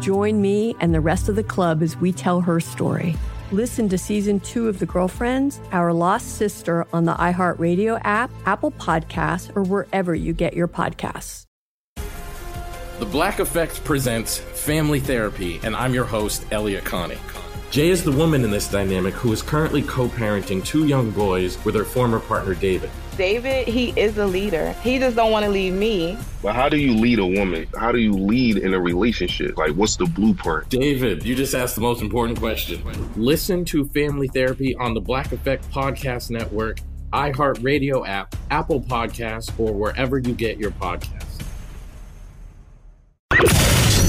Join me and the rest of the club as we tell her story. Listen to season two of The Girlfriends, Our Lost Sister on the iHeartRadio app, Apple Podcasts, or wherever you get your podcasts. The Black Effect presents Family Therapy, and I'm your host, Elliot Connie. Jay is the woman in this dynamic who is currently co parenting two young boys with her former partner, David. David, he is a leader. He just don't want to leave me. But how do you lead a woman? How do you lead in a relationship? Like, what's the blueprint? David, you just asked the most important question. Listen to Family Therapy on the Black Effect Podcast Network, iHeartRadio app, Apple Podcasts, or wherever you get your podcasts.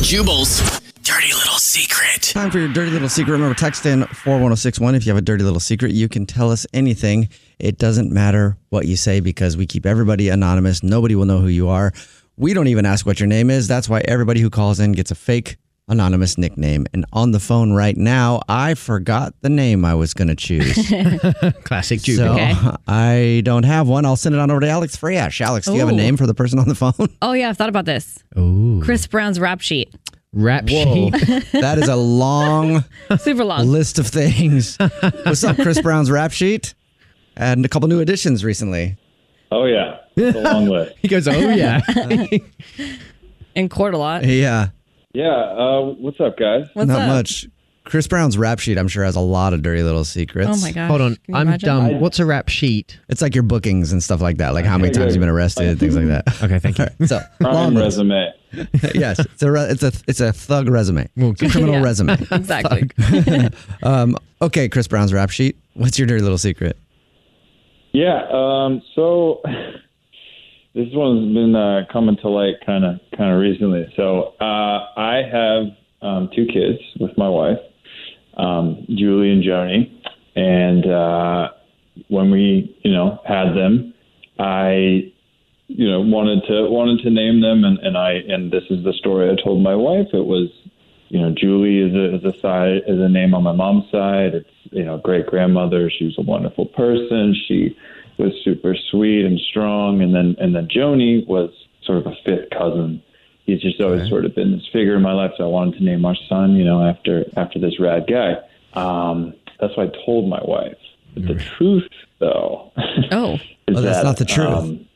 Jubal's dirty little secret. Time for your dirty little secret. Remember, text in 41061 if you have a dirty little secret. You can tell us anything. It doesn't matter what you say because we keep everybody anonymous. Nobody will know who you are. We don't even ask what your name is. That's why everybody who calls in gets a fake anonymous nickname. And on the phone right now, I forgot the name I was going to choose. Classic Juby. so I don't have one. I'll send it on over to Alex Freyash. Alex, do you have a Ooh. name for the person on the phone? Oh yeah, I've thought about this. Ooh. Chris Brown's rap sheet, Rap Whoa, sheet. that is a long. super long. list of things. What's up, Chris Brown's rap sheet? And a couple new additions recently. Oh yeah, it's a long list. He goes, oh yeah. and court a lot. Yeah, Yeah, uh, what's up, guys? What's not up? much. Chris Brown's rap sheet, I'm sure, has a lot of dirty little secrets. Oh my gosh. Hold on. Can you I'm imagine? dumb. What's a rap sheet? It's like your bookings and stuff like that, like how many times you've been arrested, things like that. Okay, thank you. So long Prime list. resume. yes, it's a re- it's a it's a thug resume, it's a criminal Yeah. resume. Exactly. um, okay, Chris Brown's rap sheet. What's your dirty little secret? Yeah. Um, so this one's been uh, coming to light kind of kind of recently. So uh, I have um, two kids with my wife, um, Julie and Joni, and uh, when we you know had them, I you know wanted to wanted to name them, and, and I and this is the story I told my wife. It was you know Julie is a, is a side is a name on my mom's side. It's you know great grandmother. She was a wonderful person. She was super sweet and strong, and then and then Joni was sort of a fifth cousin. He's just always sort of been this figure in my life. So I wanted to name our son, you know, after after this rad guy. Um, that's what I told my wife. But the truth, though, Oh, is Mm-hmm. Oh, that's that, not the truth. Um,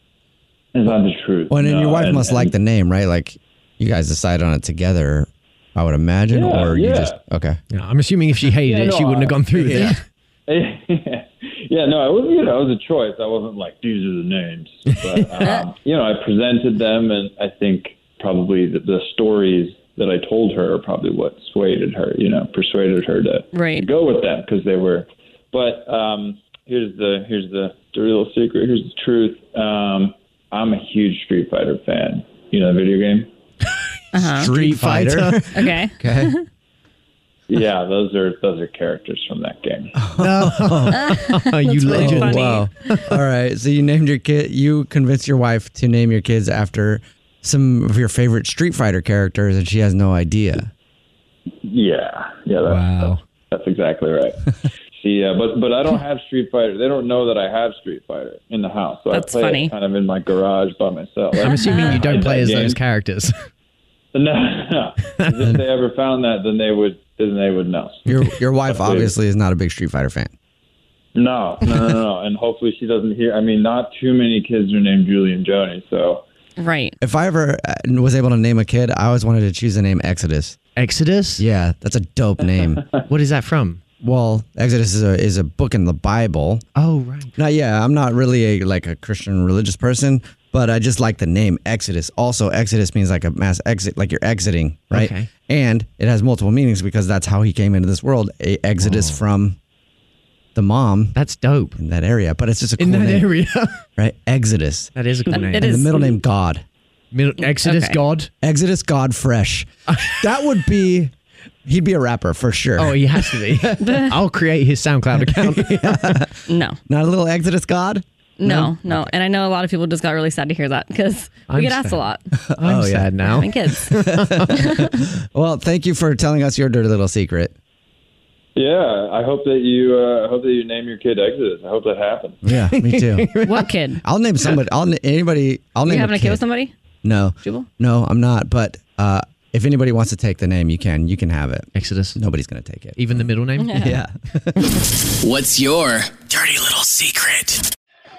it's not the truth. Well, and then no. your wife And- must and- like the name, right? Like you guys decided on it together, I would imagine, Yeah, or you yeah. just okay. Yeah, I'm assuming if she hated Yeah, it, no, she wouldn't have I- gone through with it. yeah, no, I was you know it was a choice. I wasn't like these are the names, but um, you know I presented them, and I think probably the, the stories that I told her are probably what swayed her. You know, persuaded her to, Right. to go with them because they were. But um, here's the here's the, the real secret. Here's the truth. Um, I'm a huge Street Fighter fan. You know, the video game. Street Fighter. okay. okay. Yeah, those are those are characters from that game. Oh, you really legend. funny. Wow. All right. So you named your kid. You convinced your wife to name your kids after some of your favorite Street Fighter characters, and she has no idea. Yeah, yeah, that's, Wow. That's exactly right. See, uh, but but I don't have Street Fighter. They don't know that I have Street Fighter in the house. So That's I play it funny. kind of in my garage by myself. I'm assuming you don't play as Yeah. those characters. no, no. 'Cause if they ever found that, then they would then they would know. Your your wife obviously is not a big Street Fighter fan. No, no, no, no. And hopefully she doesn't hear. I mean, not too many kids are named Julie and Joni. So Right. If I ever uh, was able to name a kid, I always wanted to choose the name Exodus. Exodus? Yeah, that's a dope name. What is that from? Well, Exodus is a is a book in the Bible. Oh, right. Now, yeah, I'm not really a like a Christian religious person, but I just like the name Exodus. Also, Exodus means like a mass exit, like you're exiting, right? Okay. And it has multiple meanings because that's how he came into this world. A exodus from the mom. Oh. That's dope. In that area, but it's just a cool In that name, area. right? Exodus. That is a cool That- name. it And the is- middle name God. Middle, Exodus Okay. God. Exodus God Fresh. that would be. He'd be a rapper for sure. Oh, he has to be. I'll create his SoundCloud account. No. Not a little Exodus God? No, no. And I know a lot of people just got really sad to hear that because we I'm get asked sad. a lot. I'm Oh, yeah. sad now. My kids. Well, thank you for telling us your dirty little secret. Yeah, I hope that you uh, I hope that you name your kid Exodus. I hope that happens. Yeah, me too. what kid? I'll name somebody. I'll na- anybody. I'll You name having a kid with kid. somebody? No, Jubal? no, I'm not. But uh, if anybody wants to take the name, you can. You can have it. Exodus. Nobody's gonna take it. Even the middle name? Yeah. Yeah. What's your dirty little secret?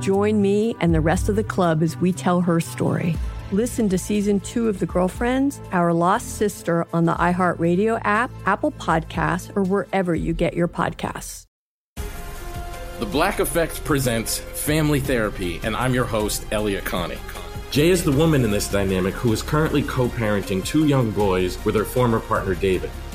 Join me and the rest of the club as we tell her story. Listen to season two of The Girlfriends, Our Lost Sister on the iHeartRadio app, Apple Podcasts, or wherever you get your podcasts. The Black Effect presents Family Therapy, and I'm your host, Elia Connie. Jay is the woman in this dynamic who is currently co parenting two young boys with her former partner, David.